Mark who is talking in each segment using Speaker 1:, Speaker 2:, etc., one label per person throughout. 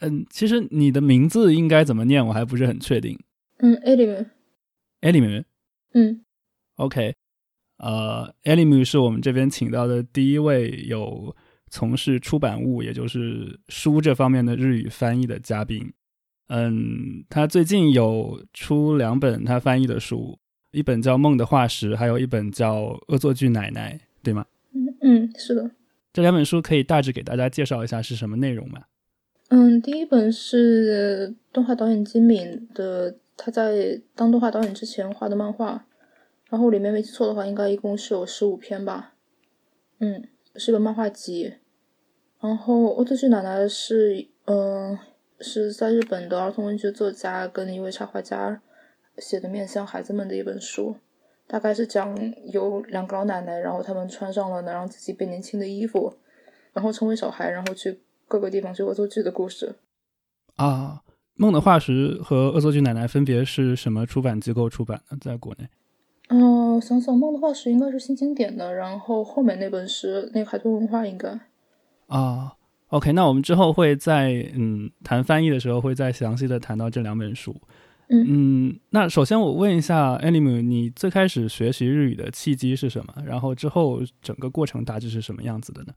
Speaker 1: 嗯，其实你的名字应该怎么念，我还不是很确定。
Speaker 2: 嗯 e l i m
Speaker 1: 艾利姆
Speaker 2: 嗯
Speaker 1: ，OK，呃，艾利姆是我们这边请到的第一位有从事出版物，也就是书这方面的日语翻译的嘉宾。嗯，他最近有出两本他翻译的书，一本叫《梦的化石》，还有一本叫《恶作剧奶奶》，对吗？
Speaker 2: 嗯嗯，是的。
Speaker 1: 这两本书可以大致给大家介绍一下是什么内容吗？
Speaker 2: 嗯，第一本是动画导演金敏的，他在当动画导演之前画的漫画，然后里面没记错的话，应该一共是有十五篇吧。嗯，是一本漫画集。然后《恶作剧奶奶》是，嗯、是在日本的儿童文学作家跟一位插画家写的面向孩子们的一本书，大概是讲有两个老奶奶，然后他们穿上了能让自己变年轻的衣服，然后成为小孩，然后去各个地方去恶作剧的故事。
Speaker 1: 啊，《梦的化石》和《恶作剧奶奶》分别是什么出版机构出版的？在国内
Speaker 2: 嗯，我想想，《梦的化石》应该是新经典的，然后后面那本是那个海豚文化应该。
Speaker 1: 啊，OK，那我们之后会在嗯谈翻译的时候会再详细的谈到这两本书。
Speaker 2: 嗯
Speaker 1: 嗯，那首先我问一下 a n i m 你最开始学习日语的契机是什么？然后之后整个过程大致是什么样子的呢？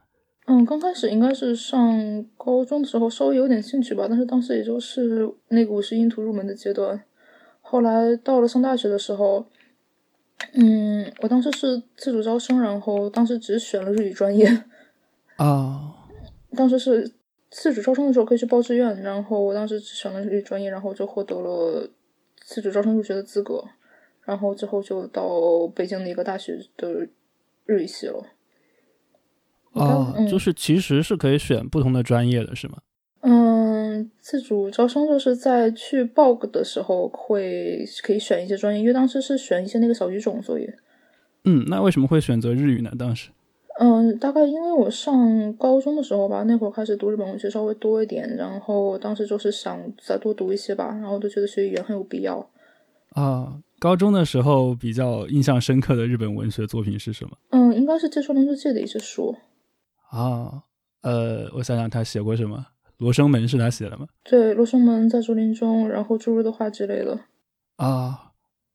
Speaker 2: 嗯，刚开始应该是上高中的时候稍微有点兴趣吧，但是当时也就是那个五十音图入门的阶段。后来到了上大学的时候，嗯，我当时是自主招生，然后当时只选了日语专业。
Speaker 1: 啊
Speaker 2: 当时是自主招生的时候可以去报志愿，然后我当时只选了日语专业，然后就获得了自主招生入学的资格，然后之后就到北京的一个大学的日语系了。我当
Speaker 1: 啊，
Speaker 2: 嗯
Speaker 1: 就是其实是可以选不同的专业的，是吗？
Speaker 2: 嗯，自主招生就是在去报的时候会可以选一些专业，因为当时是选一些那个小语种，所以
Speaker 1: 嗯，那为什么会选择日语呢？当时
Speaker 2: 嗯，大概因为我上高中的时候吧，那会儿开始读日本文学稍微多一点，然后当时就是想再多读一些吧，然后就觉得学语言很有必要。
Speaker 1: 啊，高中的时候比较印象深刻的日本文学作品是什么？
Speaker 2: 嗯，应该是芥川龙之介的一些书。
Speaker 1: 啊，呃，我想想他写过什么，《罗生门》是他写的吗？
Speaker 2: 对，《罗生门》在竹林中，然后《侏儒的画》之类的。
Speaker 1: 啊，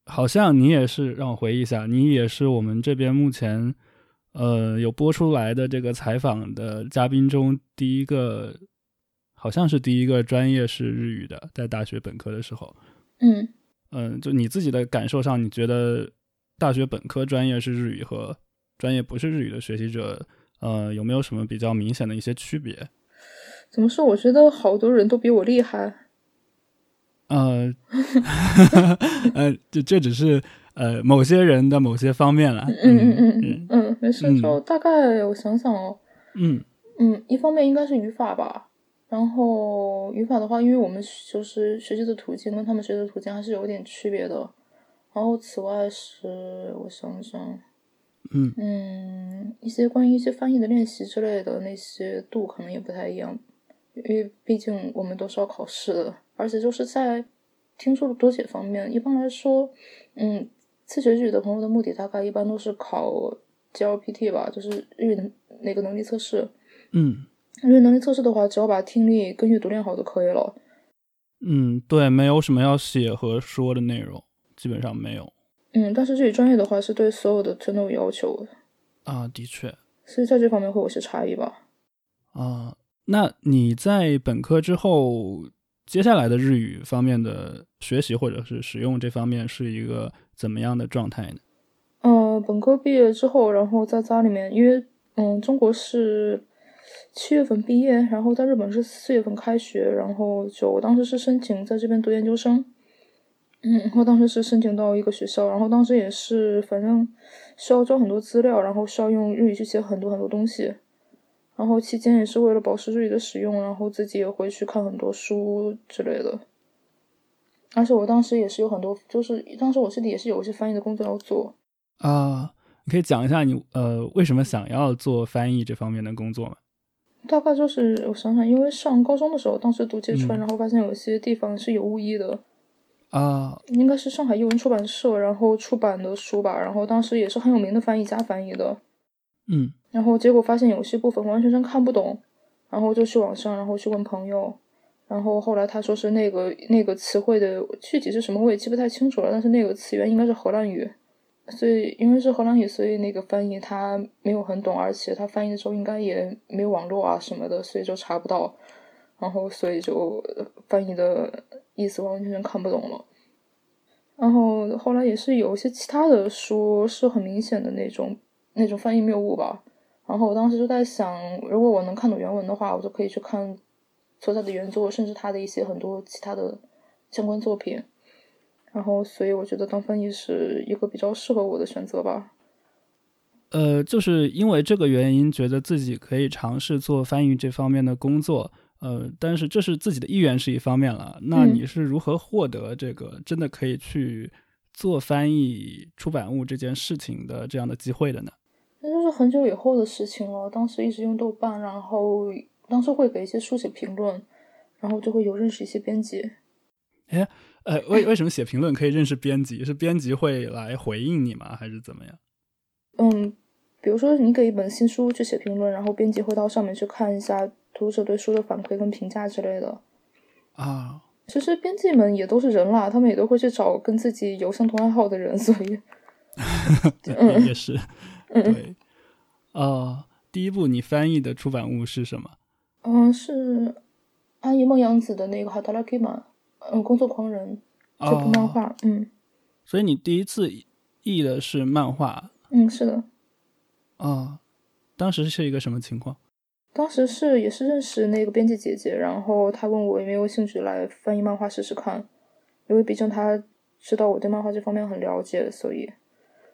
Speaker 1: 好像你也是，让我回忆一下，你也是我们这边目前呃有播出来的这个采访的嘉宾中第一个，好像是第一个专业是日语的，在大学本科的时候，
Speaker 2: 嗯，
Speaker 1: 嗯，就你自己的感受上，你觉得大学本科专业是日语和专业不是日语的学习者，呃，有没有什么比较明显的一些区别？
Speaker 2: 怎么说？我觉得好多人都比我厉害。
Speaker 1: 呃，呃，这这只是呃某些人的某些方面了。
Speaker 2: 嗯嗯嗯
Speaker 1: 嗯
Speaker 2: 嗯嗯，没事。
Speaker 1: 嗯
Speaker 2: 就大概我想想哦，
Speaker 1: 嗯
Speaker 2: 嗯，一方面应该是语法吧。然后语法的话，因为我们就是学习的途径跟他们学习的途径还是有点区别的。然后此外是我想想，
Speaker 1: 嗯
Speaker 2: 嗯，一些关于一些翻译的练习之类的那些度可能也不太一样，因为毕竟我们都是要考试的，而且就是在听说读写方面，一般来说，嗯，自学日语的朋友的目的大概一般都是考 GLPT 吧，就是日语能那个能力测试。
Speaker 1: 嗯
Speaker 2: 日语能力测试的话，只要把听力跟阅读练好就可以了。
Speaker 1: 嗯，对，没有什么要写和说的内容，基本上没有
Speaker 2: 嗯，但是日语专业的话是对所有的全都有要求的，
Speaker 1: 啊，的确
Speaker 2: 所以在这方面会有些差异吧。
Speaker 1: 啊。那你在本科之后，接下来的日语方面的学习或者是使用这方面是一个怎么样的状态呢？
Speaker 2: 嗯，本科毕业之后，然后在家里面，因为嗯，中国是七月份毕业，然后在日本是四月份开学，然后就我当时是申请在这边读研究生，嗯，我当时是申请到一个学校，然后当时也是反正需要交很多资料，然后需要用日语去写很多很多东西，然后期间也是为了保持日语的使用，然后自己也会去看很多书之类的。而且我当时也是有很多，就是当时我自己也是有一些翻译的工作要做，
Speaker 1: 啊，你可以讲一下你呃为什么想要做翻译这方面的工作吗？
Speaker 2: 大概就是我想想，因为上高中的时候，当时读芥川，
Speaker 1: 嗯
Speaker 2: 然后发现有些地方是有误译的，
Speaker 1: 啊
Speaker 2: 应该是上海译文出版社然后出版的书吧，然后当时也是很有名的翻译家翻译的，
Speaker 1: 嗯
Speaker 2: 然后结果发现有些部分完全真看不懂，然后就去网上，然后去问朋友，然后后来他说是那个那个词汇的具体是什么我也记不太清楚了，但是那个词源应该是荷兰语，所以因为是荷兰语，所以那个翻译他没有很懂，而且他翻译的时候应该也没有网络啊什么的，所以就查不到，然后所以就翻译的意思完完全全看不懂了。然后后来也是有一些其他的书是很明显的那种那种翻译谬误吧，然后我当时就在想，如果我能看懂原文的话，我就可以去看。所在的原作，甚至他的一些很多其他的相关作品，然后所以我觉得当翻译是一个比较适合我的选择吧。
Speaker 1: 呃，就是因为这个原因，觉得自己可以尝试做翻译这方面的工作。呃，但是这是自己的意愿是一方面了。那
Speaker 2: 嗯
Speaker 1: 你是如何获得这个真的可以去做翻译出版物这件事情的这样的机会的呢？
Speaker 2: 那就是很久以后的事情了。当时一直用豆瓣，然后。当时会给一些书写评论，然后就会有认识一些编辑。
Speaker 1: 哎，呃，为为什么写评论可以认识编辑？是编辑会来回应你吗？还是怎么样？
Speaker 2: 嗯，比如说你给一本新书去写评论，然后编辑会到上面去看一下读者对书的反馈跟评价之类的。
Speaker 1: 啊，
Speaker 2: 其实编辑们也都是人啦，他们也都会去找跟自己有相同爱好的人， 所以
Speaker 1: 也也是，
Speaker 2: 嗯
Speaker 1: 对。呃，第一部你翻译的出版物是什么？
Speaker 2: 嗯，是安野梦洋子的那个《哈达拉基玛》，嗯，工作狂人这部漫
Speaker 1: 哦，
Speaker 2: 画，嗯
Speaker 1: 所以你第一次译的是漫画
Speaker 2: 嗯，是的。
Speaker 1: 啊、当时是一个什么情况？
Speaker 2: 当时是也是认识那个编辑姐姐，然后她问我有没有兴趣来翻译漫画试试看，因为毕竟她知道我对漫画这方面很了解，所以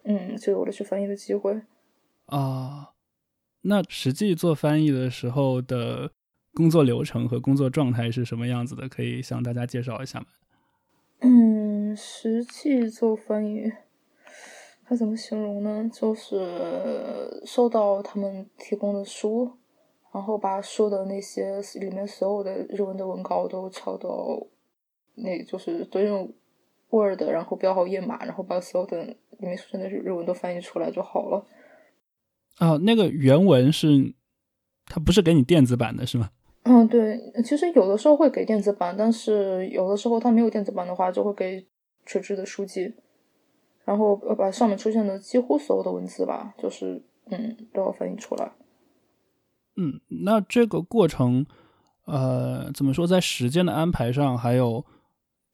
Speaker 2: 嗯，就有了去翻译的机会。
Speaker 1: 啊、那实际做翻译的时候的工作流程和工作状态是什么样子的？可以向大家介绍一下吗？
Speaker 2: 嗯，实际做翻译，该怎么形容呢？就是收到他们提供的书，然后把书的那些里面所有的日文的文稿都抄到，那就是对应 Word，然后标好页码，然后把所有的里面出现的日文都翻译出来就好了。
Speaker 1: 啊、那个原文是它不是给你电子版的是吗？
Speaker 2: 嗯，对，其实有的时候会给电子版，但是有的时候它没有电子版的话，就会给纸质的书籍，然后呃把上面出现的几乎所有的文字吧，就是嗯都要翻译出来。
Speaker 1: 嗯，那这个过程，呃，怎么说，在时间的安排上，还有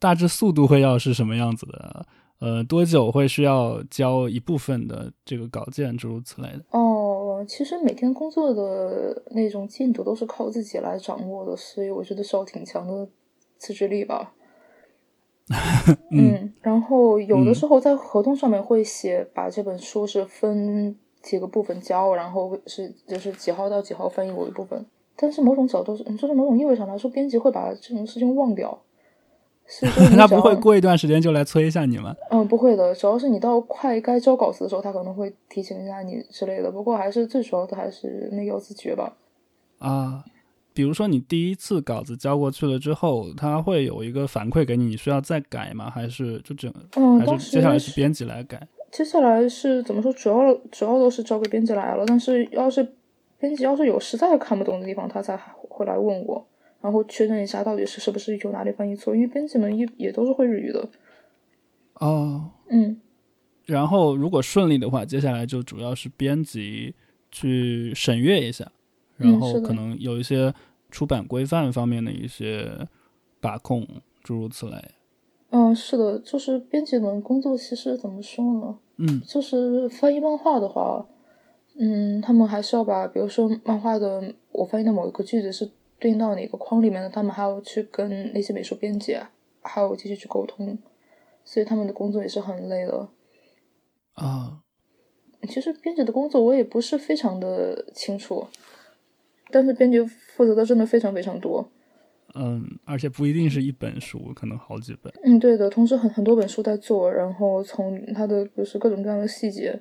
Speaker 1: 大致速度会要是什么样子的？呃，多久会需要交一部分的这个稿件，诸如此类的？
Speaker 2: 哦，其实每天工作的那种进度都是靠自己来掌握的，所以我觉得是要挺强的自制 力吧。嗯，然后有的
Speaker 1: 嗯
Speaker 2: 时候在合同上面会写，把这本书是分几个部分交，然后是就是几号到几号翻译我一部分。但是某种角度，就是某种意味上来说，编辑会把这种事情忘掉。所 以说你
Speaker 1: 他
Speaker 2: 只
Speaker 1: 不会
Speaker 2: 要
Speaker 1: 过一段时间就来催一下你吗？
Speaker 2: 嗯不会的，主要是你到快该交稿子的时候，他可能会提醒一下你之类的。不过还是最主要的还是那个要自觉吧。
Speaker 1: 啊，比如说你第一次稿子交过去了之后，他会有一个反馈给你，你需要再改吗？还是就整？
Speaker 2: 嗯，
Speaker 1: 还
Speaker 2: 当
Speaker 1: 是接下来
Speaker 2: 时
Speaker 1: 是编辑来改？
Speaker 2: 接下来是怎么说？主要主要都是交给编辑来了，但是要是编辑要是有实在看不懂的地方，他才会来问我，然后确认一下到底是是不是有哪里翻译错，因为编辑们也也都是会日语的。
Speaker 1: 哦，
Speaker 2: 嗯，
Speaker 1: 然后如果顺利的话，接下来就主要是编辑去审阅一下，
Speaker 2: 嗯
Speaker 1: 然
Speaker 2: 是
Speaker 1: 后
Speaker 2: 的
Speaker 1: 可能有一些出版规范方面的一些把控，诸如此类。
Speaker 2: 嗯，是的，就是编辑们工作其实怎么说呢？
Speaker 1: 嗯
Speaker 2: 就是翻译漫画的话，嗯，他们还是要把，比如说漫画的我翻译的某一个句子是对应到哪个框里面的，他们还要去跟那些美术编辑啊，还有继续去沟通，所以他们的工作也是很累的。
Speaker 1: 啊
Speaker 2: 其实编辑的工作我也不是非常的清楚，但是编辑负责的真的非常非常多。
Speaker 1: 嗯，而且不一定是一本书，可能好几本。
Speaker 2: 嗯，对的，同时很很多本书在做，然后从它的就是各种各样的细节，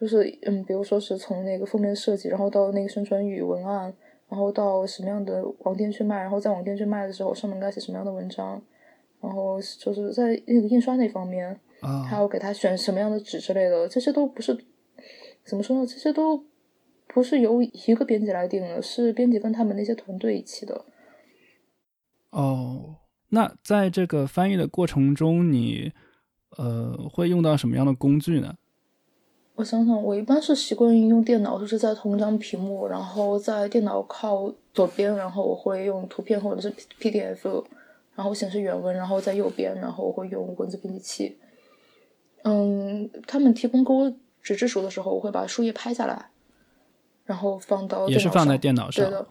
Speaker 2: 就是嗯，比如说是从那个封面设计，然后到那个宣传语文案，然后到什么样的网店去卖，然后在网店去卖的时候上面应该写什么样的文章，然后就是在那个印刷那方面，还
Speaker 1: 啊
Speaker 2: 有给他选什么样的纸之类的，这些都不是怎么说呢？这些都不是由一个编辑来定的，是编辑跟他们那些团队一起的。
Speaker 1: 哦，那在这个翻译的过程中，你呃会用到什么样的工具呢？
Speaker 2: 我想想，我一般是习惯于用电脑，就是在同一张屏幕，然后在电脑靠左边，然后我会用图片或者是 P- PDF，然后显示原文，然后在右边，然后我会用文字编辑器。嗯，他们提供给我纸质书的时候，我会把书页拍下来，然后放到
Speaker 1: 也是
Speaker 2: 哦电脑
Speaker 1: 放在
Speaker 2: 上
Speaker 1: 电脑上
Speaker 2: 对的，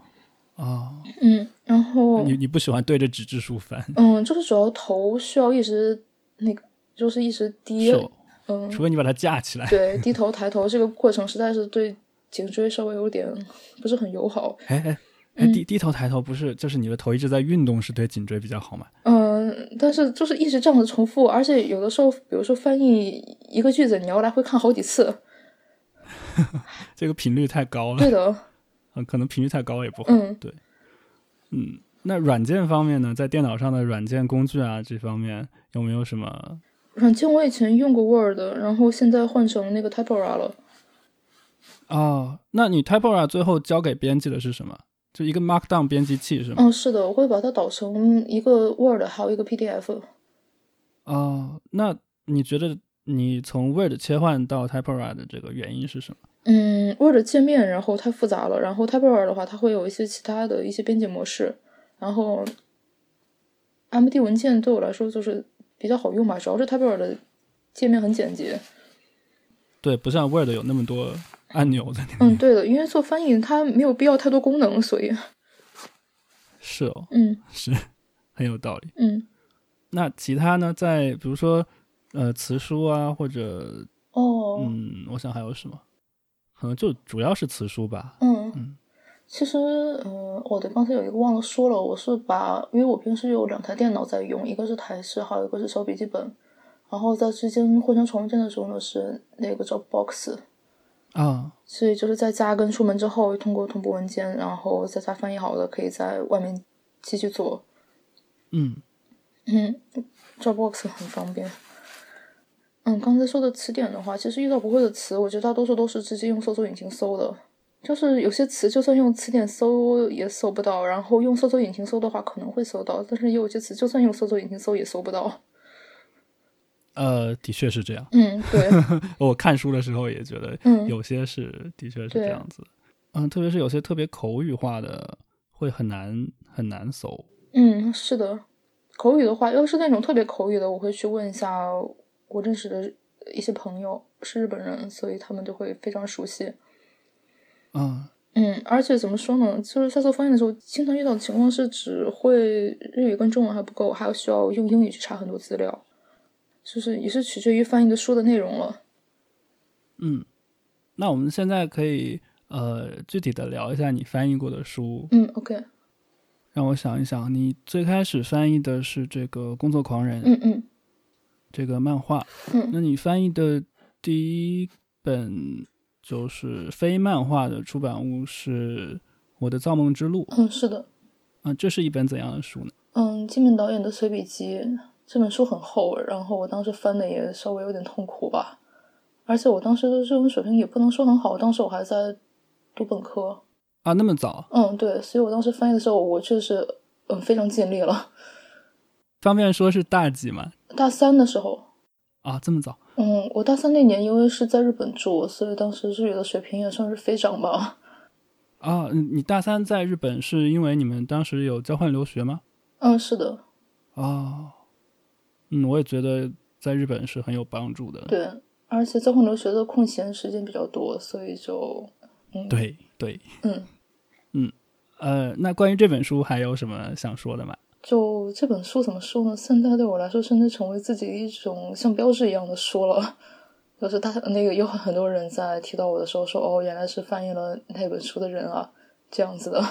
Speaker 1: 哦，
Speaker 2: 嗯，然后
Speaker 1: 你你不喜欢对着纸质书翻，
Speaker 2: 嗯，就是主要头需要一直那个，就是一直低，
Speaker 1: 手，
Speaker 2: 嗯，
Speaker 1: 除非你把它架起来。
Speaker 2: 对，低头抬头这个过程实在是对颈椎稍微有点不是很友好。
Speaker 1: 哎哎
Speaker 2: 嗯
Speaker 1: 哎，低低头抬头不是，就是你的头一直在运动，是对颈椎比较好嘛？
Speaker 2: 嗯，但是就是一直这样子重复，而且有的时候，比如说翻译一个句子，你要来回看好几次。
Speaker 1: 这个频率太高了，
Speaker 2: 对的，
Speaker 1: 啊，可能频率太高也不好。
Speaker 2: 嗯
Speaker 1: 对，嗯，那软件方面呢，在电脑上的软件工具啊这方面有没有什么？
Speaker 2: 软件我以前用过 Word，然后现在换成那个 Typora 了。
Speaker 1: 哦，那你 Typora 最后交给编辑的是什么？就一个 Markdown 编辑器是吗？
Speaker 2: 嗯，是的，我会把它导成一个 Word，还有一个 PDF。
Speaker 1: 哦，那你觉得你从 Word 切换到 Typora 的这个原因是什么？
Speaker 2: 嗯，Word 界面然后太复杂了，然后 Typewriter 的话，它会有一些其他的一些编辑模式，然后 MD 文件对我来说就是比较好用吧，主要是 Typewriter 的界面很简洁。
Speaker 1: 对，不像 Word 有那么多按钮在里面。
Speaker 2: 嗯，对的，因为做翻译它没有必要太多功能，所以
Speaker 1: 是哦，
Speaker 2: 嗯
Speaker 1: 是很有道理。
Speaker 2: 嗯
Speaker 1: 那其他呢，在比如说呃词书啊，或者
Speaker 2: 哦
Speaker 1: 嗯，我想还有什么？可能就主要是词书吧。
Speaker 2: 嗯其实，嗯，我对，刚才有一个忘了说了，我是把，因为我平时有两台电脑在用，一个是台式，还有一个是小笔记本，然后在之间互相重建的时候呢是那个叫 Box，
Speaker 1: 啊、
Speaker 2: 所以就是在家跟出门之后，通过同步文件，然后在家翻译好的，可以在外面继续做。
Speaker 1: 嗯，
Speaker 2: 嗯，Dropbox 很方便。嗯，刚才说的词典的话，其实遇到不会的词，我觉得大多数都是直接用搜索引擎搜的。就是有些词就算用词典搜也搜不到，然后用搜索引擎搜的话可能会搜到，但是也有些词就算用搜索引擎搜也搜不到。
Speaker 1: 呃，的确是这样。
Speaker 2: 嗯，对，
Speaker 1: 我看书的时候也觉得
Speaker 2: 嗯
Speaker 1: 有些是的确是这
Speaker 2: 对
Speaker 1: 样子的。嗯，特别是有些特别口语化的，会很难很难搜。
Speaker 2: 嗯，是的。口语的话，要是那种特别口语的，我会去问一下我认识的一些朋友是日本人，所以他们就会非常熟悉。
Speaker 1: 嗯，
Speaker 2: 嗯，而且怎么说呢，就是在做翻译的时候，经常遇到的情况是，只会日语跟中文还不够，还需要用英语去查很多资料，就是也是取决于翻译的书的内容了。
Speaker 1: 嗯，那我们现在可以呃具体的聊一下你翻译过的书。
Speaker 2: 嗯，OK，
Speaker 1: 让我想一想，你最开始翻译的是这个《工作狂人》
Speaker 2: 嗯嗯
Speaker 1: 这个漫画，
Speaker 2: 嗯
Speaker 1: 那你翻译的第一本就是非漫画的出版物是《我的造梦之路》
Speaker 2: 嗯，是的，
Speaker 1: 啊，这是一本怎样的书呢？
Speaker 2: 嗯，金敏导演的随笔集这本书很厚，然后我当时翻的也稍微有点痛苦吧，而且我当时的日文水平也不能说很好，当时我还在读本科，
Speaker 1: 啊，那么早，
Speaker 2: 嗯，对，所以我当时翻译的时候，我确实嗯非常尽力了。
Speaker 1: 方便说是大几吗？
Speaker 2: 大三的时候，
Speaker 1: 啊，这么早，
Speaker 2: 嗯，我大三那年因为是在日本住，所以当时日语的水平也算是飞涨吧。
Speaker 1: 啊，你你大三在日本是因为你们当时有交换留学吗？
Speaker 2: 嗯，是的，
Speaker 1: 哦，嗯，我也觉得在日本是很有帮助的。
Speaker 2: 对，而且交换留学的空闲时间比较多，所以就嗯
Speaker 1: 对对，
Speaker 2: 嗯。
Speaker 1: 呃，那关于这本书还有什么想说的吗？
Speaker 2: 就这本书怎么说呢？现在对我来说，甚至成为自己一种像标志一样的书了。就是大那个有很多人在提到我的时候说：“哦，原来是翻译了那本书的人啊，这样子的。”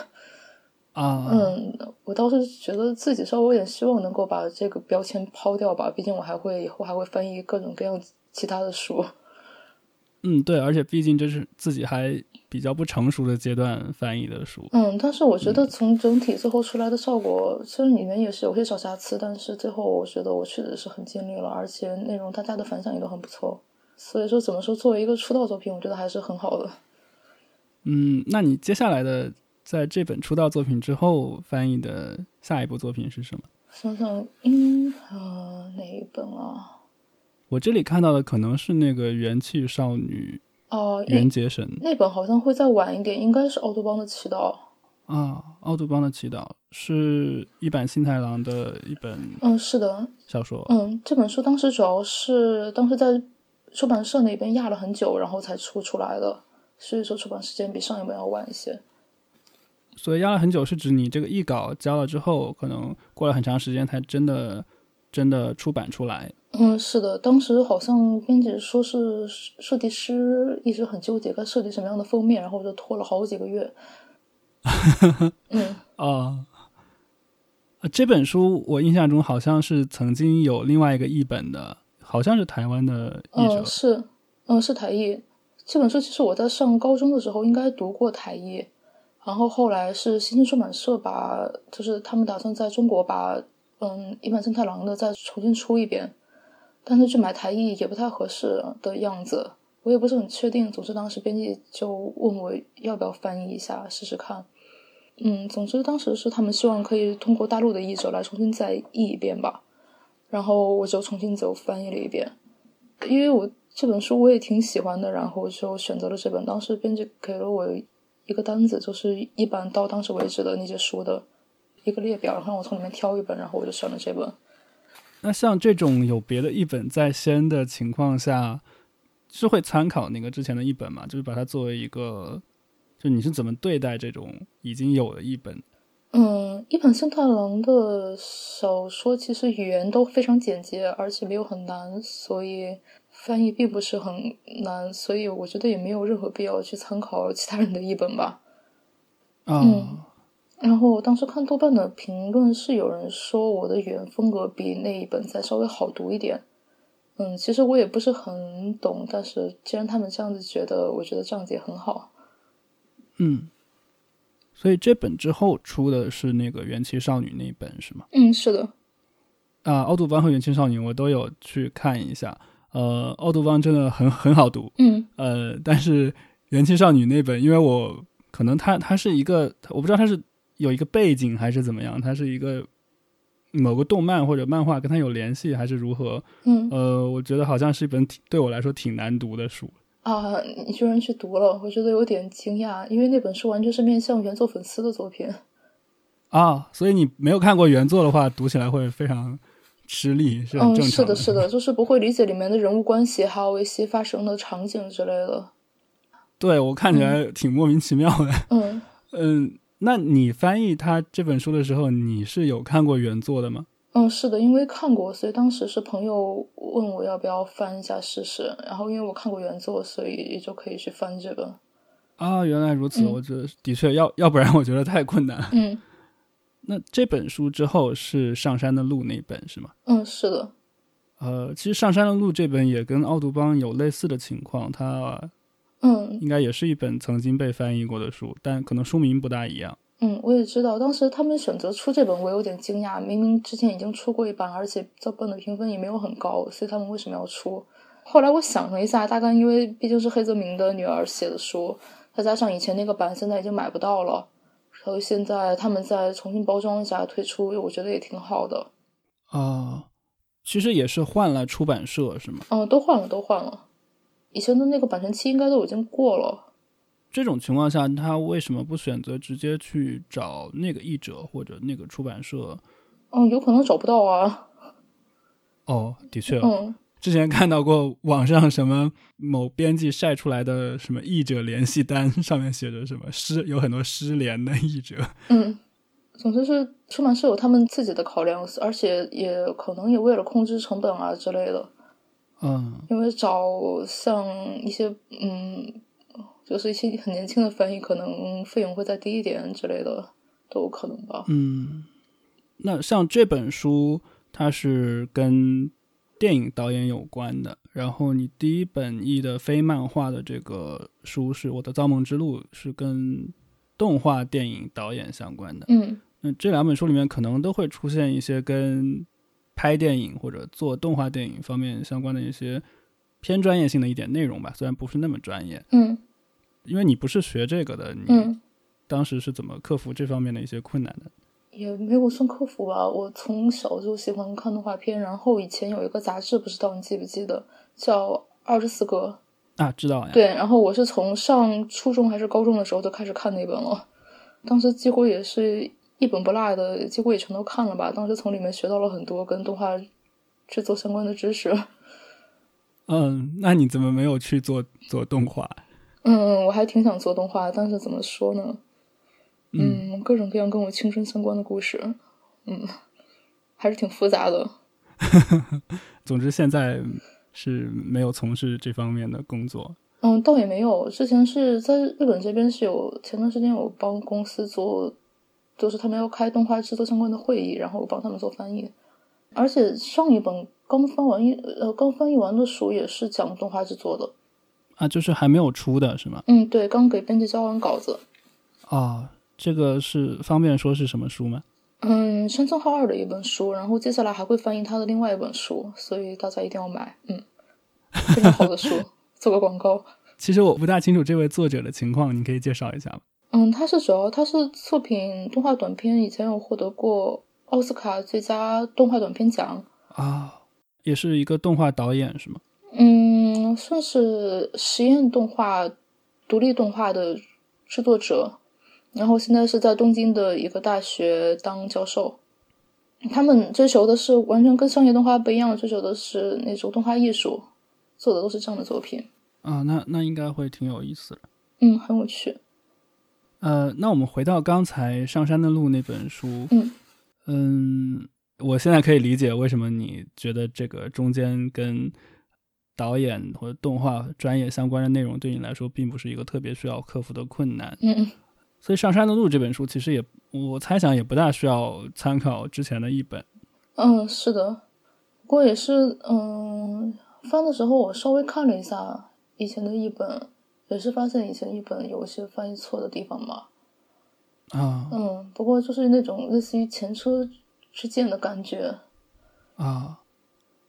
Speaker 1: 啊，
Speaker 2: 嗯，我倒是觉得自己稍微有点希望能够把这个标签抛掉吧，毕竟我还会以后还会翻译各种各样其他的书。
Speaker 1: 嗯，对，而且毕竟这是自己还比较不成熟的阶段翻译的书，
Speaker 2: 嗯，但是我觉得从整体最后出来的效果，虽然里面也是有些小瑕疵，但是最后我觉得我确实是很尽力了，而且内容大家的反响也都很不错。所以说，怎么说，作为一个出道作品，我觉得还是很好的。
Speaker 1: 嗯嗯，那你接下来的在这本出道作品之后翻译的下一部作品是什么？
Speaker 2: 想想，嗯，啊，哪一本啊？
Speaker 1: 我这里看到的可能是那个《元气少女
Speaker 2: 哦、》
Speaker 1: 袁
Speaker 2: 那
Speaker 1: 洁神
Speaker 2: 那本好像会再晚一点，应该是奥多邦的祈祷。
Speaker 1: 啊，《奥杜邦的祈祷》是一坂幸太郎的一本
Speaker 2: 嗯，是的，
Speaker 1: 小说。
Speaker 2: 嗯，这本书当时主要是当时在出版社那边压了很久，然后才出出来的，所以说出版时间比上一本要晚一些。
Speaker 1: 所以压了很久是指你这个译稿交了之后，可能过了很长时间才真的真的出版出来。
Speaker 2: 嗯，是的，当时好像编辑说是设计师一直很纠结该设计什么样的封面，然后就拖了好几个月。嗯，
Speaker 1: 啊、呃，这本书我印象中好像是曾经有另外一个译本的，好像是台湾的译者
Speaker 2: 嗯，是，嗯，是台译。这本书其实我在上高中的时候应该读过台译，然后后来是新生出版社把，就是他们打算在中国把，嗯，一坂正太郎的再重新出一遍，但是去买台译也不太合适的样子，我也不是很确定。总之当时编辑就问我要不要翻译一下试试看。嗯，总之当时是他们希望可以通过大陆的译者来重新再译一遍吧，然后我就重新就翻译了一遍。因为我这本书我也挺喜欢的，然后就选择了这本。当时编辑给了我一个单子，就是一版到当时为止的那些书的一个列表，然后让我从里面挑一本，然后我就选了这本。
Speaker 1: 那像这种有别的译本在先的情况下，是会参考那个之前的译本嘛？就是把它作为一个，就你是怎么对待这种已经有的译本？
Speaker 2: 嗯，一本幸太郎的小说其实语言都非常简洁，而且没有很难，所以翻译并不是很难，所以我觉得也没有任何必要去参考其他人的译本吧。
Speaker 1: 啊、
Speaker 2: 嗯然后我当时看豆瓣的评论是有人说我的语言风格比那一本再稍微好读一点。嗯，其实我也不是很懂，但是既然他们这样子觉得，我觉得这样子也很好。
Speaker 1: 嗯，所以这本之后出的是那个《元气少女》那一本是吗？
Speaker 2: 嗯，是的，
Speaker 1: 啊，《奥杜邦》和《元气少女》我都有去看一下。呃，《奥杜邦》真的很很好读，
Speaker 2: 嗯
Speaker 1: 呃，但是《元气少女》那本，因为我可能它它是一个，我不知道它是有一个背景还是怎么样，它是一个某个动漫或者漫画跟它有联系还是如何？
Speaker 2: 嗯
Speaker 1: 呃，我觉得好像是一本挺对我来说挺难读的书。
Speaker 2: 啊，你居然去读了，我觉得有点惊讶，因为那本书完全是面向原作粉丝的作品。
Speaker 1: 啊，所以你没有看过原作的话，读起来会非常吃力，是很
Speaker 2: 嗯，
Speaker 1: 正
Speaker 2: 是
Speaker 1: 常
Speaker 2: 的，是的，就是不会理解里面的人物关系，还有一些发生的场景之类的。
Speaker 1: 对我看起来挺莫名其妙的。
Speaker 2: 嗯，
Speaker 1: 嗯，那你翻译他这本书的时候，你是有看过原作的吗？
Speaker 2: 嗯，是的，因为看过，所以当时是朋友问我要不要翻一下试试，然后因为我看过原作，所以也就可以去翻这本。
Speaker 1: 啊，原来如此，
Speaker 2: 嗯
Speaker 1: 我觉得的确要，要不然我觉得太困难了。
Speaker 2: 嗯
Speaker 1: 那这本书之后是《上山的路》那本是吗？
Speaker 2: 嗯，是的，
Speaker 1: 呃，其实《上山的路》这本也跟《奥杜邦》有类似的情况，它
Speaker 2: 嗯
Speaker 1: 应该也是一本曾经被翻译过的书，但可能书名不大一样。
Speaker 2: 嗯，我也知道，当时他们选择出这本，我有点惊讶，明明之前已经出过一版，而且豆瓣的评分也没有很高，所以他们为什么要出？后来我想了一下，大概因为毕竟是黑泽明的女儿写的书，再加上以前那个版现在已经买不到了，所以现在他们再重新包装一下推出，我觉得也挺好的。
Speaker 1: 啊、其实也是换了出版社是吗？
Speaker 2: 嗯，都换了，都换了。以前的那个版权期应该都已经过了。
Speaker 1: 这种情况下，他为什么不选择直接去找那个译者或者那个出版社？
Speaker 2: 嗯，有可能找不到啊。
Speaker 1: 哦，的确，
Speaker 2: 嗯，
Speaker 1: 之前看到过网上什么某编辑晒出来的什么译者联系单，上面写着什么失有很多失联的译者。
Speaker 2: 嗯，总之是出版社有他们自己的考量，而且也可能也为了控制成本啊之类的，
Speaker 1: 嗯
Speaker 2: 因为找像一些嗯，就是一些很年轻的翻译，可能费用会再低一点之类的，都有可能吧。
Speaker 1: 嗯，那像这本书，它是跟电影导演有关的。然后你第一本译的非漫画的这个书是《我的造梦之路》，是跟动画电影导演相关的。
Speaker 2: 嗯
Speaker 1: 那这两本书里面可能都会出现一些跟拍电影或者做动画电影方面相关的一些偏专业性的一点内容吧，虽然不是那么专业，
Speaker 2: 嗯
Speaker 1: 因为你不是学这个的，你
Speaker 2: 嗯
Speaker 1: 当时是怎么克服这方面的一些困难的？
Speaker 2: 也没有算克服吧。我从小就喜欢看动画片，然后以前有一个杂志，不知道你记不记得，叫《二十四格》。
Speaker 1: 啊，知道呀。
Speaker 2: 对，然后我是从上初中还是高中的时候就开始看那本了，当时几乎也是一本不落的，几乎也全都看了吧。当时从里面学到了很多跟动画制作相关的知识。
Speaker 1: 嗯，那你怎么没有去做做动画？
Speaker 2: 嗯，我还挺想做动画，但是怎么说呢？嗯，各种各样跟我青春相关的故事，嗯，还是挺复杂的。
Speaker 1: 总之，现在是没有从事这方面的工作。
Speaker 2: 嗯，倒也没有，之前是在日本这边是有，前段时间有帮公司做，就是他们要开动画制作相关的会议，然后我帮他们做翻译。而且上一本刚翻完一呃刚翻译完的书也是讲动画制作的。
Speaker 1: 啊，就是还没有出的是吗？
Speaker 2: 嗯，对，刚给编辑交完稿子。
Speaker 1: 啊，这个是方便说是什么书吗？
Speaker 2: 嗯，山村浩二的一本书，然后接下来还会翻译他的另外一本书，所以大家一定要买。嗯，非常好的书，做个广告。
Speaker 1: 其实我不大清楚这位作者的情况，你可以介绍一下吗？
Speaker 2: 嗯，他是主要他是作品动画短片，以前有获得过奥斯卡最佳动画短片奖。
Speaker 1: 啊，也是一个动画导演是吗？
Speaker 2: 嗯，算是实验动画、独立动画的制作者，然后现在是在东京的一个大学当教授。他们追求的是完全跟商业动画不一样，追求的是那种动画艺术，做的都是这样的作品。
Speaker 1: 啊，那那应该会挺有意思的。
Speaker 2: 嗯，很有趣。
Speaker 1: 呃，那我们回到刚才《上山的路》那本书，
Speaker 2: 嗯
Speaker 1: 嗯，我现在可以理解为什么你觉得这个中间跟导演或者动画专业相关的内容对你来说并不是一个特别需要克服的困难。
Speaker 2: 嗯
Speaker 1: 所以《上山的路》这本书其实也，我猜想也不大需要参考之前的一本。
Speaker 2: 嗯，是的。不过也是，嗯，翻的时候我稍微看了一下以前的译本，也是发现以前译本有一些翻译错的地方吧。
Speaker 1: 啊
Speaker 2: 嗯，不过就是那种类似于前车之鉴的感觉。
Speaker 1: 啊，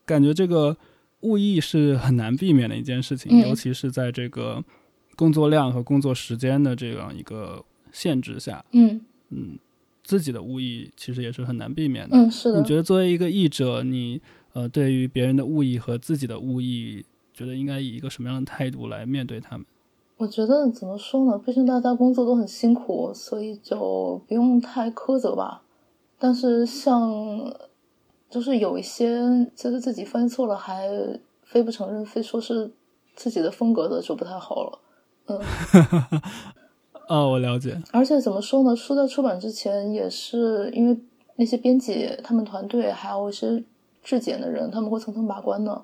Speaker 1: 感觉这个误译是很难避免的一件事情，
Speaker 2: 嗯
Speaker 1: 尤其是在这个工作量和工作时间的这样一个限制下，
Speaker 2: 嗯
Speaker 1: 嗯，自己的误译其实也是很难避免的。
Speaker 2: 嗯，是
Speaker 1: 你觉
Speaker 2: 的。
Speaker 1: 得作为一个译者，你呃对于别人的误译和自己的误译，觉得应该以一个什么样的态度来面对他们？
Speaker 2: 我觉得怎么说呢？毕竟大家工作都很辛苦，所以就不用太苛责吧。但是像，就是有一些就是自己翻译错了还非不承认，非说是自己的风格的，就不太好了。
Speaker 1: 哦，我了解。
Speaker 2: 而且怎么说呢？书在出版之前也是因为那些编辑、他们团队还有一些质检的人，他们会层层把关的，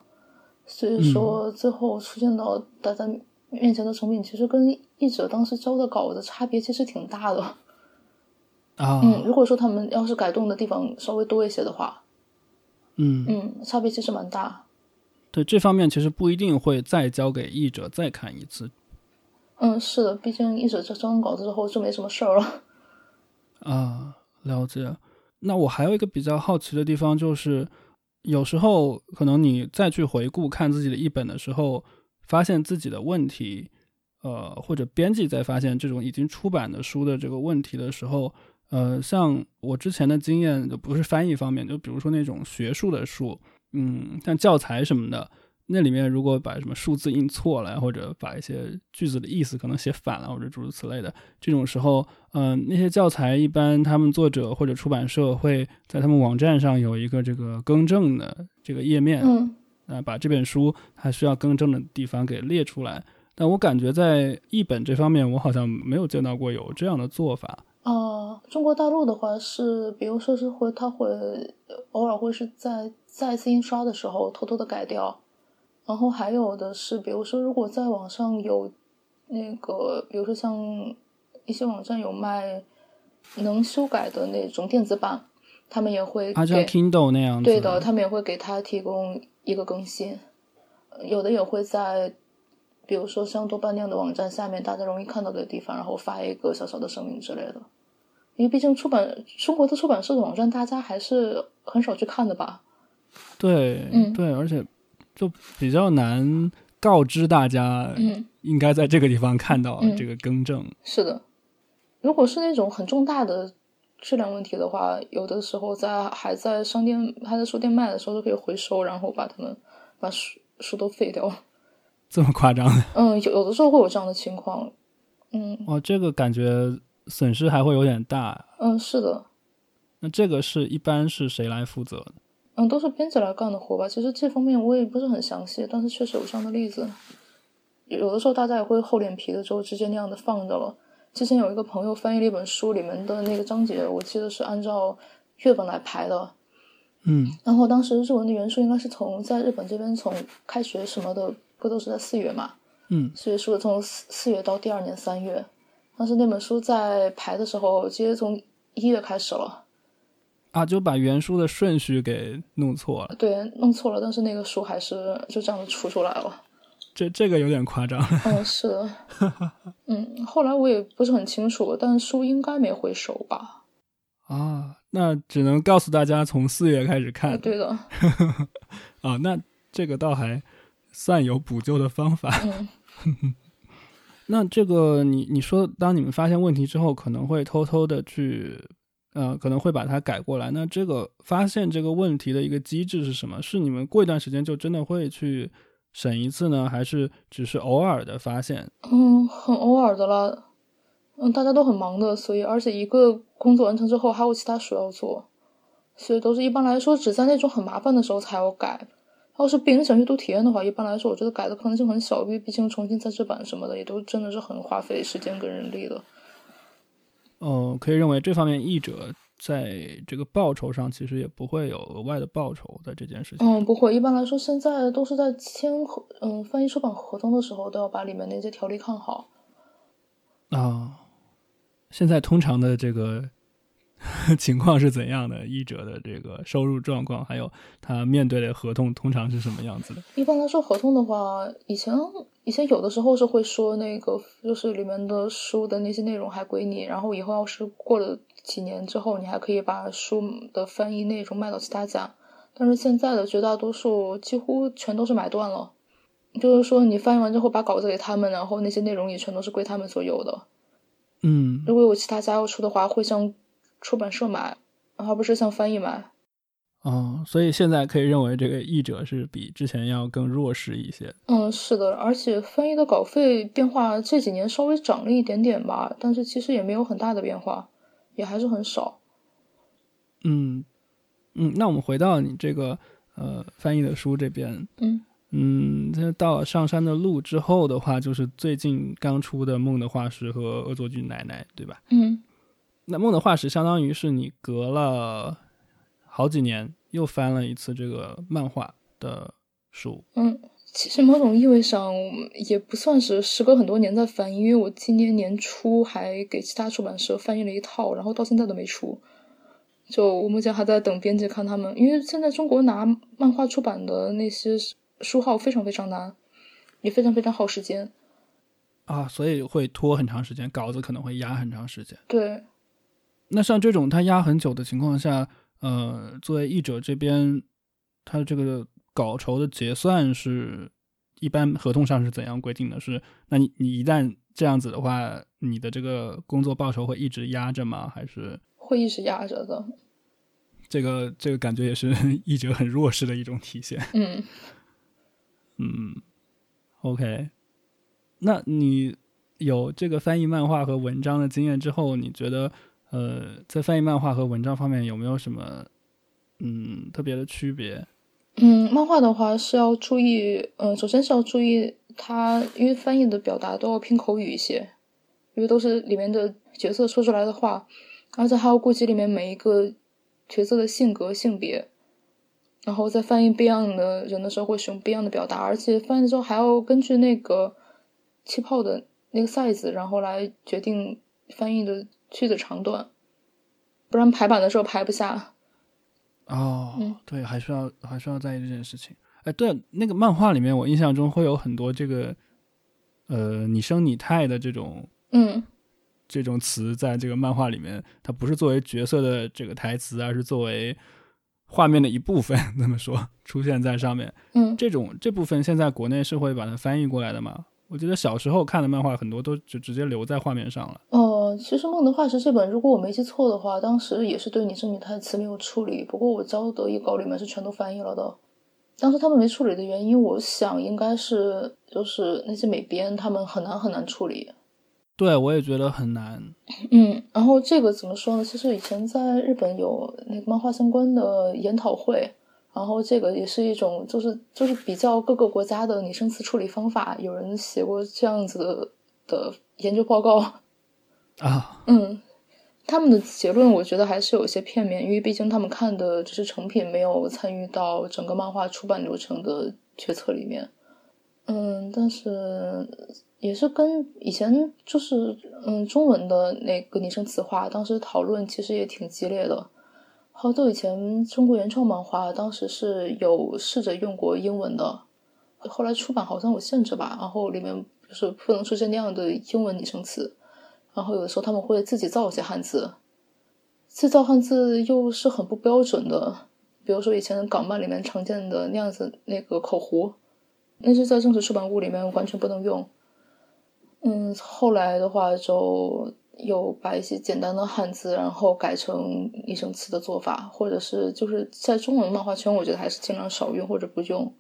Speaker 2: 所以说最后出现到大家面前的成品，其实跟译者当时交的稿的差别其实挺大的。
Speaker 1: 啊，
Speaker 2: 嗯，如果说他们要是改动的地方稍微多一些的话，
Speaker 1: 嗯
Speaker 2: 嗯，差别其实蛮大。
Speaker 1: 对这方面其实不一定会再交给译者再看一次
Speaker 2: 嗯，是的，毕竟译者交交完稿子之后就没什么事儿了。
Speaker 1: 啊，了解。那我还有一个比较好奇的地方就是，有时候可能你再去回顾看自己的译本的时候，发现自己的问题，呃，或者编辑在发现这种已经出版的书的这个问题的时候，呃，像我之前的经验，就不是翻译方面，就比如说那种学术的书，嗯，像教材什么的，那里面如果把什么数字印错了，或者把一些句子的意思可能写反了，或者诸如此类的，这种时候，嗯、那些教材一般他们作者或者出版社会在他们网站上有一个这个更正的这个页面，
Speaker 2: 嗯
Speaker 1: 啊，把这本书它需要更正的地方给列出来。但我感觉在译本这方面，我好像没有见到过有这样的做法。
Speaker 2: 哦，中国大陆的话是，比如说是会，它会偶尔会是在再次印刷的时候偷偷的改掉，然后还有的是，比如说如果在网上有那个，比如说像一些网站有卖能修改的那种电子版，他们也会
Speaker 1: 啊，就像
Speaker 2: 给，
Speaker 1: Kindle 那样子，
Speaker 2: 对的，他们也会给它提供一个更新，呃有的也会在。比如说像豆瓣那样的网站下面，大家容易看到的地方，然后发一个小小的声明之类的。因为毕竟出版中国的出版社的网站，大家还是很少去看的吧？
Speaker 1: 对、
Speaker 2: 嗯
Speaker 1: 对，而且就比较难告知大家
Speaker 2: 嗯，
Speaker 1: 应该在这个地方看到
Speaker 2: 嗯
Speaker 1: 这个更正。
Speaker 2: 是的。如果是那种很重大的质量问题的话，有的时候在还在商店还在书店卖的时候都可以回收，然后把它们把书书都废掉。
Speaker 1: 这么夸张？
Speaker 2: 嗯，有有的时候会有这样的情况。嗯
Speaker 1: 哦，这个感觉损失还会有点大。
Speaker 2: 嗯，是的，
Speaker 1: 那这个是一般是谁来负责的？
Speaker 2: 嗯，都是编辑来干的活吧。其实这方面我也不是很详细，但是确实有这样的例子。有的时候大家也会厚脸皮的，就直接那样的放着了。之前有一个朋友翻译了一本书，里面的那个章节，我记得是按照月份来排的。
Speaker 1: 嗯
Speaker 2: 然后当时日文的原书应该是从在日本这边从开学什么的，不都是在四月嘛？
Speaker 1: 嗯，
Speaker 2: 四月书从四四月到第二年三月，当时那本书在排的时候，直接从一月开始了。
Speaker 1: 啊，就把原书的顺序给弄错了，
Speaker 2: 对，弄错了，但是那个书还是就这样子出出来了。
Speaker 1: 这这个有点夸张。
Speaker 2: 嗯，是的，嗯，后来我也不是很清楚，但书应该没回收吧？
Speaker 1: 啊，那只能告诉大家从四月开始看
Speaker 2: 嗯对的，
Speaker 1: 啊，那这个倒还算有补救的方法。
Speaker 2: 嗯
Speaker 1: 那这个你你说，当你们发现问题之后，可能会偷偷的去，呃，可能会把它改过来。那这个发现这个问题的一个机制是什么？是你们过一段时间就真的会去审一次呢，还是只是偶尔的发现？
Speaker 2: 嗯，很偶尔的啦。嗯，大家都很忙的，所以而且一个工作完成之后还有其他书要做，所以都是一般来说只在那种很麻烦的时候才要改。要是病人想阅读体验的话，一般来说我觉得改的可能性很小，因为毕竟重新再制版什么的也都真的是很花费时间跟人力的。
Speaker 1: 哦，可以认为这方面译者在这个报酬上其实也不会有额外的报酬的这件事情。
Speaker 2: 嗯，不会。一般来说，现在都是在签合嗯翻译出版合同的时候，都要把里面那些条例看好。
Speaker 1: 啊、现在通常的这个 情况是怎样的？译者的这个收入状况，还有他面对的合同通常是什么样子的？
Speaker 2: 一般来说，合同的话，以前以前有的时候是会说那个，就是里面的书的那些内容还归你，然后以后要是过了几年之后，你还可以把书的翻译内容卖到其他家。但是现在的绝大多数几乎全都是买断了，就是说你翻译完之后把稿子给他们，然后那些内容也全都是归他们所有的。
Speaker 1: 嗯，
Speaker 2: 如果有其他家要出的话，会向出版社买，而不是向翻译买。
Speaker 1: 哦，所以现在可以认为这个译者是比之前要更弱势一些。
Speaker 2: 嗯，是的，而且翻译的稿费变化这几年稍微涨了一点点吧，但是其实也没有很大的变化，也还是很少。
Speaker 1: 嗯嗯，那我们回到你这个呃翻译的书这边，
Speaker 2: 嗯
Speaker 1: 嗯，这到了上山的路之后的话，就是最近刚出的《梦的化石》和《恶作剧奶奶》，对吧？
Speaker 2: 嗯
Speaker 1: 那《梦的化石》相当于是你隔了好几年又翻了一次这个漫画的书。
Speaker 2: 嗯，其实某种意味上也不算是时隔很多年在翻译，因为我今年年初还给其他出版社翻译了一套，然后到现在都没出。就我目前还在等编辑看他们，因为现在中国拿漫画出版的那些书号非常非常难，也非常非常耗时间。
Speaker 1: 啊，所以会拖很长时间，稿子可能会压很长时间。
Speaker 2: 对，
Speaker 1: 那像这种它压很久的情况下，呃，作为译者这边，他这个稿酬的结算是一般合同上是怎样规定的？是，那你你一旦这样子的话，你的这个工作报酬会一直压着吗？还是
Speaker 2: 会一直压着的。
Speaker 1: 这个这个感觉也是 译者很弱势的一种体现？
Speaker 2: 嗯，
Speaker 1: 嗯，OK，那你有这个翻译漫画和文章的经验之后，你觉得呃，在翻译漫画和文章方面有没有什么嗯特别的区别？
Speaker 2: 嗯，漫画的话是要注意，嗯，首先是要注意它，因为翻译的表达都要偏口语一些，因为都是里面的角色说出来的话，而且还要顾及里面每一个角色的性格、性别。然后在翻译 Beyond 的人的时候，会使用 Beyond 的表达，而且翻译之后还要根据那个气泡的那个 size，然后来决定翻译的句子长短，不然排版的时候排不下。
Speaker 1: 哦，
Speaker 2: 嗯
Speaker 1: 对，还需要还需要在意这件事情。哎，对，那个漫画里面，我印象中会有很多这个呃你生你态的这种
Speaker 2: 嗯，
Speaker 1: 这种词，在这个漫画里面，它不是作为角色的这个台词，而是作为画面的一部分， 这么说出现在上面。
Speaker 2: 嗯
Speaker 1: 这种这部分现在国内是会把它翻译过来的吗？我觉得小时候看的漫画很多都就直接留在画面上了。
Speaker 2: 哦，呃，其实《梦的化石》这本，如果我没记错的话，当时也是对你证明台词没有处理。不过我交的译稿里面是全都翻译了的。当时他们没处理的原因，我想应该是就是那些美编他们很难很难处理。
Speaker 1: 对，我也觉得很难。
Speaker 2: 嗯，然后这个怎么说呢？其实以前在日本有那个漫画相关的研讨会，然后这个也是一种就是就是比较各个国家的拟声词处理方法，有人写过这样子的的研究报告。
Speaker 1: 啊，
Speaker 2: 嗯，他们的结论我觉得还是有些片面，因为毕竟他们看的只是成品，没有参与到整个漫画出版流程的决策里面。嗯，但是也是跟以前就是嗯中文的那个拟声词化，当时讨论其实也挺激烈的。好久以前中国原创漫画，当时是有试着用过英文的，后来出版好像有限制吧，然后里面就是不能出现那样的英文拟声词。然后有的时候他们会自己造一些汉字，自造汉字又是很不标准的，比如说以前港漫里面常见的那样子那个口胡，那是在正式出版物里面完全不能用。嗯，后来的话就有把一些简单的汉字，然后改成拟声词的做法，或者是就是在中文漫画圈，我觉得还是尽量少用或者不用。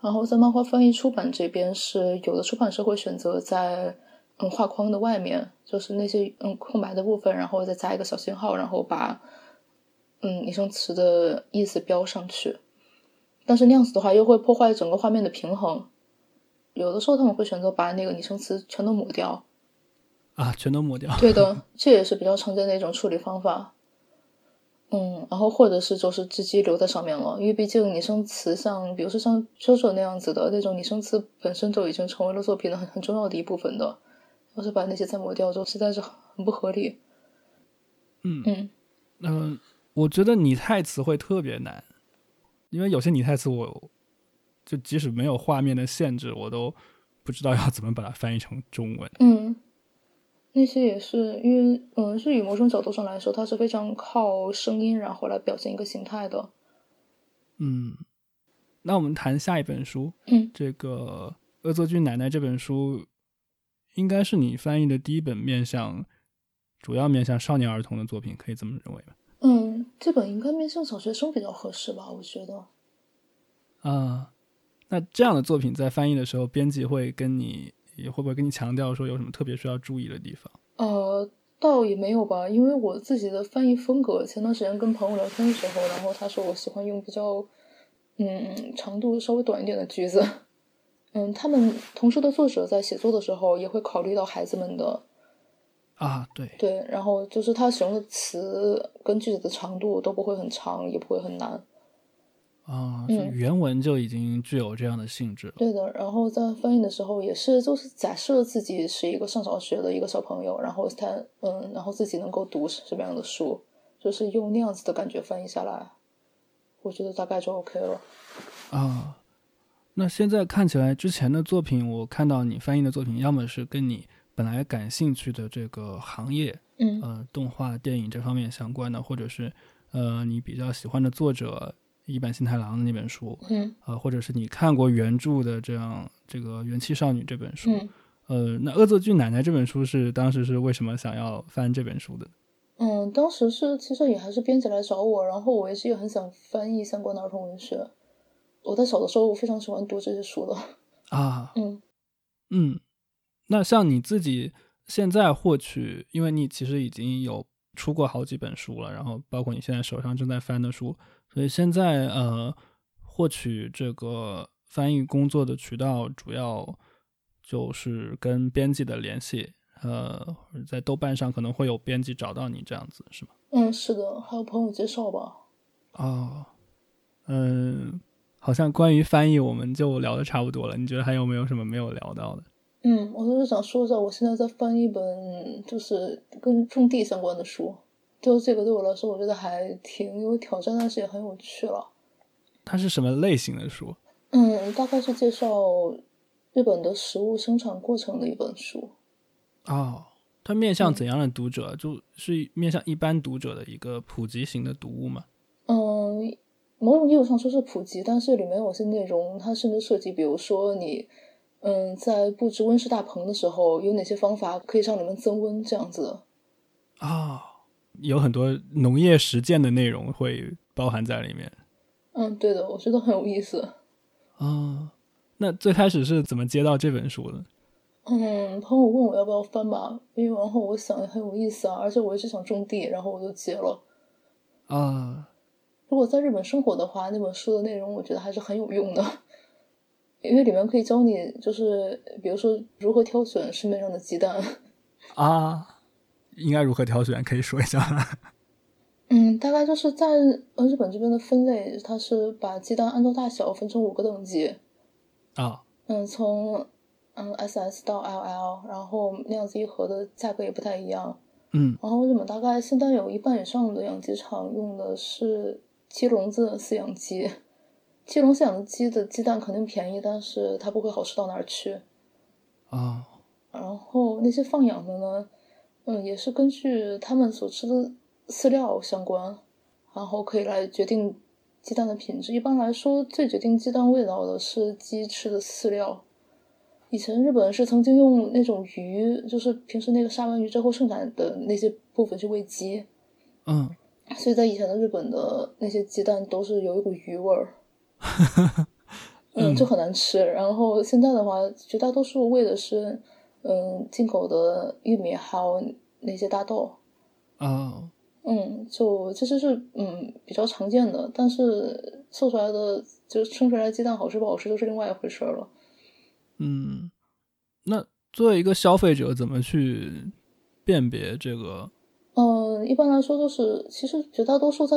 Speaker 2: 然后在漫画翻译出版这边是有的出版社会选择在。嗯，画框的外面就是那些嗯空白的部分，然后再加一个小星号，然后把嗯拟声词的意思标上去。但是那样子的话，又会破坏整个画面的平衡。有的时候他们会选择把那个拟声词全都抹掉。
Speaker 1: 啊，全都抹掉。
Speaker 2: 对的，这也是比较常见的一种处理方法。嗯，然后或者是就是直接留在上面了，因为毕竟拟声词像，比如说像 JoJo 那样子的那种拟声词，本身就已经成为了作品的很很重要的一部分的。要是把那些再抹掉，就实在是很不合理。
Speaker 1: 嗯
Speaker 2: 嗯
Speaker 1: 嗯、我觉得拟态词汇特别难，因为有些拟态词我就即使没有画面的限制，我都不知道要怎么把它翻译成中文。
Speaker 2: 嗯，那些也是因为，嗯，日语某种角度上来说，它是非常靠声音然后来表现一个形态的。
Speaker 1: 嗯，那我们谈下一本书，
Speaker 2: 嗯，
Speaker 1: 这个《恶作剧奶奶》这本书，应该是你翻译的第一本面向主要面向少年儿童的作品，可以这么认为吧？
Speaker 2: 嗯，这本应该面向小学生比较合适吧，我觉得。
Speaker 1: 啊、那这样的作品在翻译的时候，编辑会跟你也会不会跟你强调说有什么特别需要注意的地方？
Speaker 2: 呃，倒也没有吧，因为我自己的翻译风格，前段时间跟朋友聊天的时候，然后他说我喜欢用比较，嗯，长度稍微短一点的句子。 嗯，他们同书的作者在写作的时候，也会考虑到孩子们的
Speaker 1: 啊，对，
Speaker 2: 对，然后就是他使用的词跟句子的长度都不会很长，也不会很难。
Speaker 1: 啊、就
Speaker 2: 嗯
Speaker 1: 原文就已经具有这样的性质了。
Speaker 2: 对的，然后在翻译的时候也是，就是假设自己是一个上小学的一个小朋友，然后他嗯，然后自己能够读什么样的书，就是用那样子的感觉翻译下来，我觉得大概就 OK 了。
Speaker 1: 啊，那现在看起来之前的作品，我看到你翻译的作品，要么是跟你本来感兴趣的这个行业，
Speaker 2: 嗯
Speaker 1: 呃，动画、电影这方面相关的，或者是呃你比较喜欢的作者一坂幸太郎的那本书，
Speaker 2: 嗯
Speaker 1: 呃，或者是你看过原著的这样这个《元气少女》这本书，
Speaker 2: 嗯
Speaker 1: 呃，那《恶作剧奶奶》这本书是当时是为什么想要翻这本书的？
Speaker 2: 嗯，当时是其实也还是编辑来找我，然后我一直也很想翻译相关的儿童文学。我在小的时候我非常喜欢读这些书的。
Speaker 1: 啊，
Speaker 2: 嗯
Speaker 1: 嗯，那像你自己现在获取，因为你其实已经有出过好几本书了，然后包括你现在手上正在翻的书，所以现在呃，获取这个翻译工作的渠道主要就是跟编辑的联系，呃，或者在豆瓣上可能会有编辑找到你这样子，是吗？
Speaker 2: 嗯，是的，还有朋友介绍吧。
Speaker 1: 哦，嗯，好像关于翻译我们就聊的差不多了，你觉得还有没有什么没有聊到的？
Speaker 2: 嗯，我就是想说一下，我现在在翻一本就是跟种地相关的书，就这个对我来说，我觉得还挺有挑战，但是也很有趣了。
Speaker 1: 它是什么类型的书？
Speaker 2: 嗯，大概是介绍日本的食物生产过程的一本书。
Speaker 1: 哦，它面向怎样的读者？就是面向一般读者的一个普及型的读物嘛？
Speaker 2: 嗯，某种意义上说是普及，但是里面有些内容它甚至涉及，比如说你嗯在布置温室大棚的时候，有哪些方法可以让里面增温这样子的。
Speaker 1: 啊、哦，有很多农业实践的内容会包含在里面。
Speaker 2: 嗯，对的，我觉得很有意思。啊、
Speaker 1: 哦，那最开始是怎么接到这本书的？
Speaker 2: 嗯，朋友问我要不要翻吧，因为然后我想很有意思啊，而且我也是想种地，然后我就结了。
Speaker 1: 啊、哦，
Speaker 2: 如果在日本生活的话，那本书的内容我觉得还是很有用的，因为里面可以教你，就是比如说如何挑选市面上的鸡蛋。
Speaker 1: 啊，应该如何挑选？可以说一下吗？
Speaker 2: 嗯，大概就是在呃日本这边的分类，它是把鸡蛋按照大小分成五个等级。
Speaker 1: 啊，
Speaker 2: 嗯，从嗯 SS 到 LL，然后那样子一盒的价格也不太一样。
Speaker 1: 嗯，
Speaker 2: 然后日本大概现在有一半以上的养鸡场用的是鸡笼子饲养鸡，鸡笼饲养鸡的鸡蛋肯定便宜，但是它不会好吃到哪儿去。
Speaker 1: 啊。
Speaker 2: 然后那些放养的呢，嗯，也是根据他们所吃的饲料相关，然后可以来决定鸡蛋的品质。一般来说，最决定鸡蛋味道的是鸡吃的饲料。以前日本是曾经用那种鱼，就是平时那个沙文鱼最后盛产的那些部分去喂鸡，
Speaker 1: 嗯，
Speaker 2: 所以在以前的日本的那些鸡蛋都是有一股鱼味儿。
Speaker 1: 嗯
Speaker 2: 嗯，就很难吃。然后现在的话，绝大多数喂的是，嗯，进口的玉米还有那些大豆。
Speaker 1: 哦，
Speaker 2: 嗯，就其实是嗯比较常见的，但是做出来的就生出来的鸡蛋好吃不好吃就是另外一回事儿了。
Speaker 1: 嗯，那作为一个消费者，怎么去辨别这个？
Speaker 2: 嗯，一般来说就是，其实绝大多数在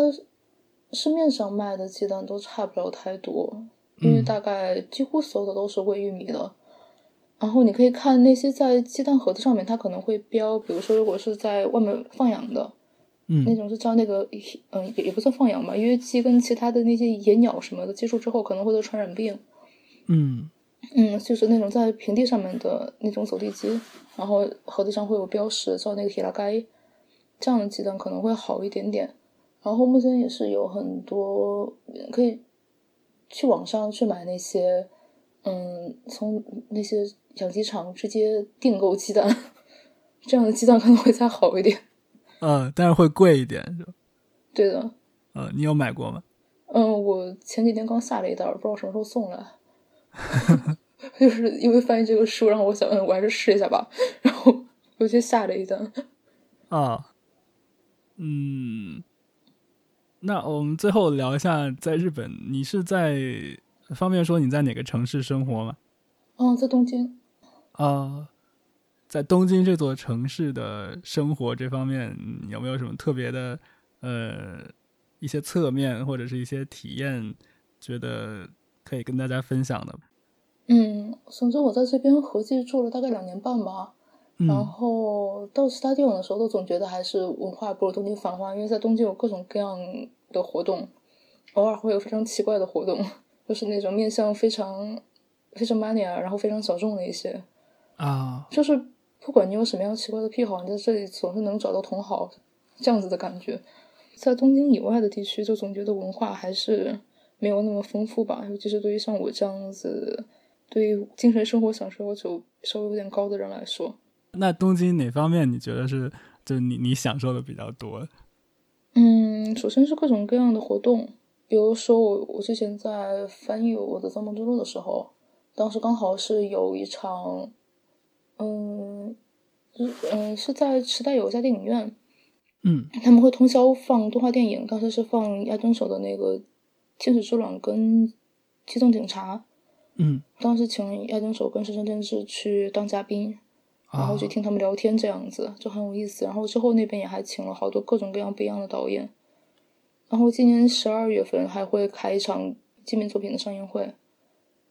Speaker 2: 市面上卖的鸡蛋都差不了太多，因为
Speaker 1: 嗯
Speaker 2: 大概几乎所有的都是喂玉米的。然后你可以看那些在鸡蛋盒子上面，它可能会标，比如说如果是在外面放养的那
Speaker 1: 嗯
Speaker 2: 种，是叫那个，嗯，也也不算放养吧，因为鸡跟其他的那些野鸟什么的接触之后，可能会得传染病。
Speaker 1: 嗯
Speaker 2: 嗯，就是那种在平地上面的那种走地鸡，然后盒子上会有标识，叫那个 hiragai，这样的鸡蛋可能会好一点点。然后目前也是有很多嗯可以去网上去买那些，嗯，从那些养鸡场直接订购鸡蛋， 这样的鸡蛋可能会再好一点。
Speaker 1: 呃，但是会贵一点。是吧
Speaker 2: 对的，
Speaker 1: 呃，你有买过吗？
Speaker 2: 嗯，我前几天刚下了一袋儿，不知道什么时候送来。 就是因为翻译这个书，然后我想，嗯，我还是试一下吧。然后我就下了一单。
Speaker 1: 啊，嗯，那我们最后聊一下，在日本，你是在方便说你在哪个城市生活吗？
Speaker 2: 嗯，在东京，
Speaker 1: 啊、在东京这座城市的生活这方面，嗯有没有什么特别的呃一些侧面或者是一些体验，觉得可以跟大家分享的？
Speaker 2: 嗯，总之我在这边合计住了大概两年半吧。然
Speaker 1: 嗯
Speaker 2: 后到其他地方的时候，都总觉得还是文化不如东京繁华，因为在东京有各种各样的活动，偶尔会有非常奇怪的活动，就是那种面向非常非常 mania，然后非常小众的一些。
Speaker 1: 啊
Speaker 2: 就是不管你有什么样奇怪的癖好，你在这里总是能找到同好，这样子的感觉。在东京以外的地区，就总觉得文化还是没有那么丰富吧，尤其是对于像我这样子，对于精神生活享受要求稍微有点高的人来说，
Speaker 1: 那东京哪方面你觉得是就你你享受的比较多？
Speaker 2: 嗯，首先是各种各样的活动，比如说我我之前在翻译我的《造梦之路》的时候，当时刚好是有一场，嗯，就是嗯是在池袋有一家电影院，
Speaker 1: 嗯
Speaker 2: 他们会通宵放动画电影，当时是放亚敦守的那个《天使之卵》跟《机动警察》，
Speaker 1: 嗯
Speaker 2: 当时请亚敦守跟深山真志去当嘉宾，然
Speaker 1: 啊
Speaker 2: 后去听他们聊天，这样子就很有意思。然后之后那边也还请了好多各种各样不一样的导演，然后今年十二月份还会开一场纪念作品的上映会。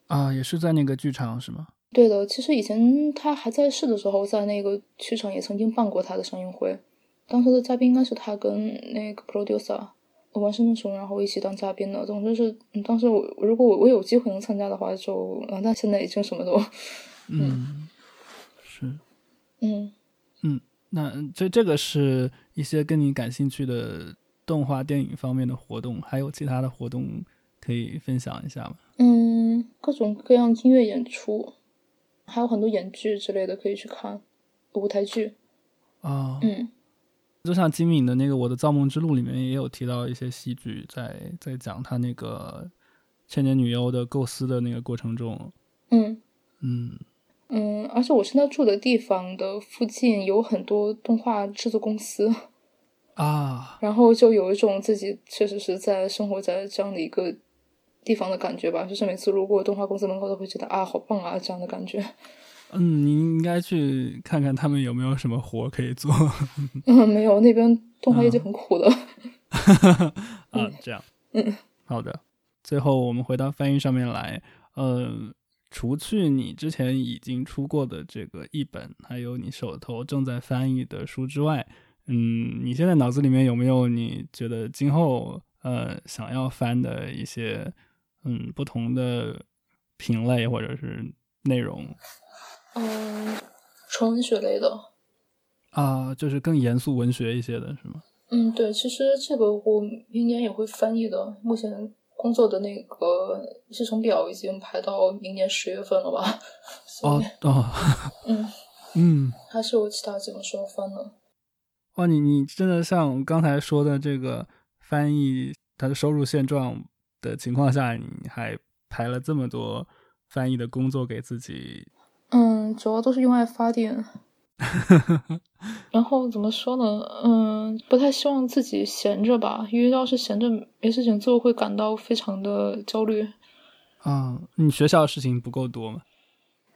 Speaker 1: 啊，也是在那个剧场是吗？
Speaker 2: 对的，其实以前他还在世的时候，在那个剧场也曾经办过他的上映会，当时的嘉宾应该是他跟那个 producer 完胜正雄，然后一起当嘉宾的。总之是，嗯当时我如果我我有机会能参加的话就，啊，但现在已经什么都，
Speaker 1: 嗯，是。
Speaker 2: 嗯
Speaker 1: 那嗯这这个是一些跟你感兴趣的动画电影方面的活动，还有其他的活动可以分享一下吗？
Speaker 2: 嗯，各种各样音乐演出，还有很多演剧之类的可以去看，舞台剧，
Speaker 1: 啊、
Speaker 2: 嗯
Speaker 1: 就像金敏的那个《我的造梦之路》里面也有提到一些戏剧在，在讲他那个千年女优的构思的那个过程中，
Speaker 2: 嗯
Speaker 1: 嗯
Speaker 2: 嗯，而且我现在住的地方的附近有很多动画制作公司，
Speaker 1: 啊，
Speaker 2: 然后就有一种自己确实是在生活在这样的一个地方的感觉吧，就是每次路过动画公司门口都会觉得啊，好棒啊这样的感觉。
Speaker 1: 嗯，你应该去看看他们有没有什么活可以做
Speaker 2: 嗯，没有，那边动画业界很苦的。
Speaker 1: 啊，这样，好的。最后我们回到翻译上面来，呃，除去你之前已经出过的这个译本，还有你手头正在翻译的书之外，嗯，你现在脑子里面有没有你觉得今后呃想要翻的一些嗯不同的品类或者是内容
Speaker 2: 嗯，纯文学类的。
Speaker 1: 啊、就是更严肃文学一些的是吗？
Speaker 2: 嗯，对，其实这个我明年也会翻译的。目前工作的那个日程表已经排到明年十月份了吧？所
Speaker 1: 哦
Speaker 2: 以，
Speaker 1: 哦，
Speaker 2: 嗯，
Speaker 1: 嗯。
Speaker 2: 还是有其他几本书要翻的。
Speaker 1: 哇，你你真的像刚才说的这个翻译，他的收入现状的情况下，你还排了这么多翻译的工作给自己，
Speaker 2: 嗯，主要都是用爱发电。然后怎么说呢？嗯，不太希望自己闲着吧，因为要是闲着没事情做，会感到非常的焦虑。
Speaker 1: 啊、你学校的事情不够多吗？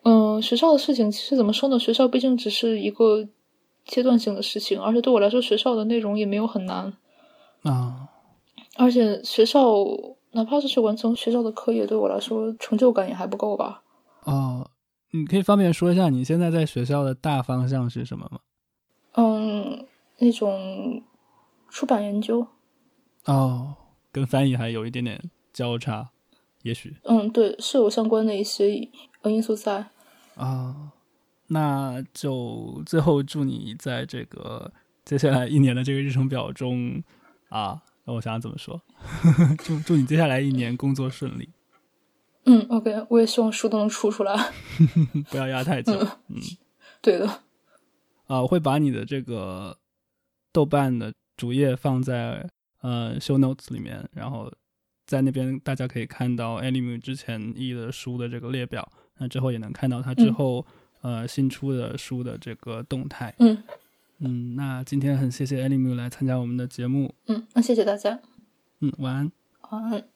Speaker 2: 嗯，学校的事情其实怎么说呢？学校毕竟只是一个阶段性的事情，而且对我来说，学校的内容也没有很难。
Speaker 1: 啊、
Speaker 2: 而且学校哪怕是去完成学校的课业，对我来说成就感也还不够吧。
Speaker 1: 哦，你可以方便说一下你现在在学校的大方向是什么吗？
Speaker 2: 嗯，那种出版研究，
Speaker 1: 哦，跟翻译还有一点点交叉，也许
Speaker 2: 嗯，对，是有相关的一些呃因素在。
Speaker 1: 啊、那就最后祝你在这个 接下来一年的这个日程表中啊，那我想想怎么说， 祝祝你接下来一年工作顺利，
Speaker 2: 嗯，OK，我也希望书都能出出来。
Speaker 1: 不要压太久。嗯
Speaker 2: 对的，
Speaker 1: 啊，我会把你的这个豆瓣的主页放在呃 show notes 里面，然后在那边大家可以看到 Anime 之前译的书的这个列表，那之后也能看到它之
Speaker 2: 嗯
Speaker 1: 后、呃新出的书的这个动态。
Speaker 2: 嗯
Speaker 1: 嗯，那今天很谢谢 Anime 来参加我们的节目。
Speaker 2: 嗯，那谢谢大家，
Speaker 1: 嗯，晚安。
Speaker 2: 晚安。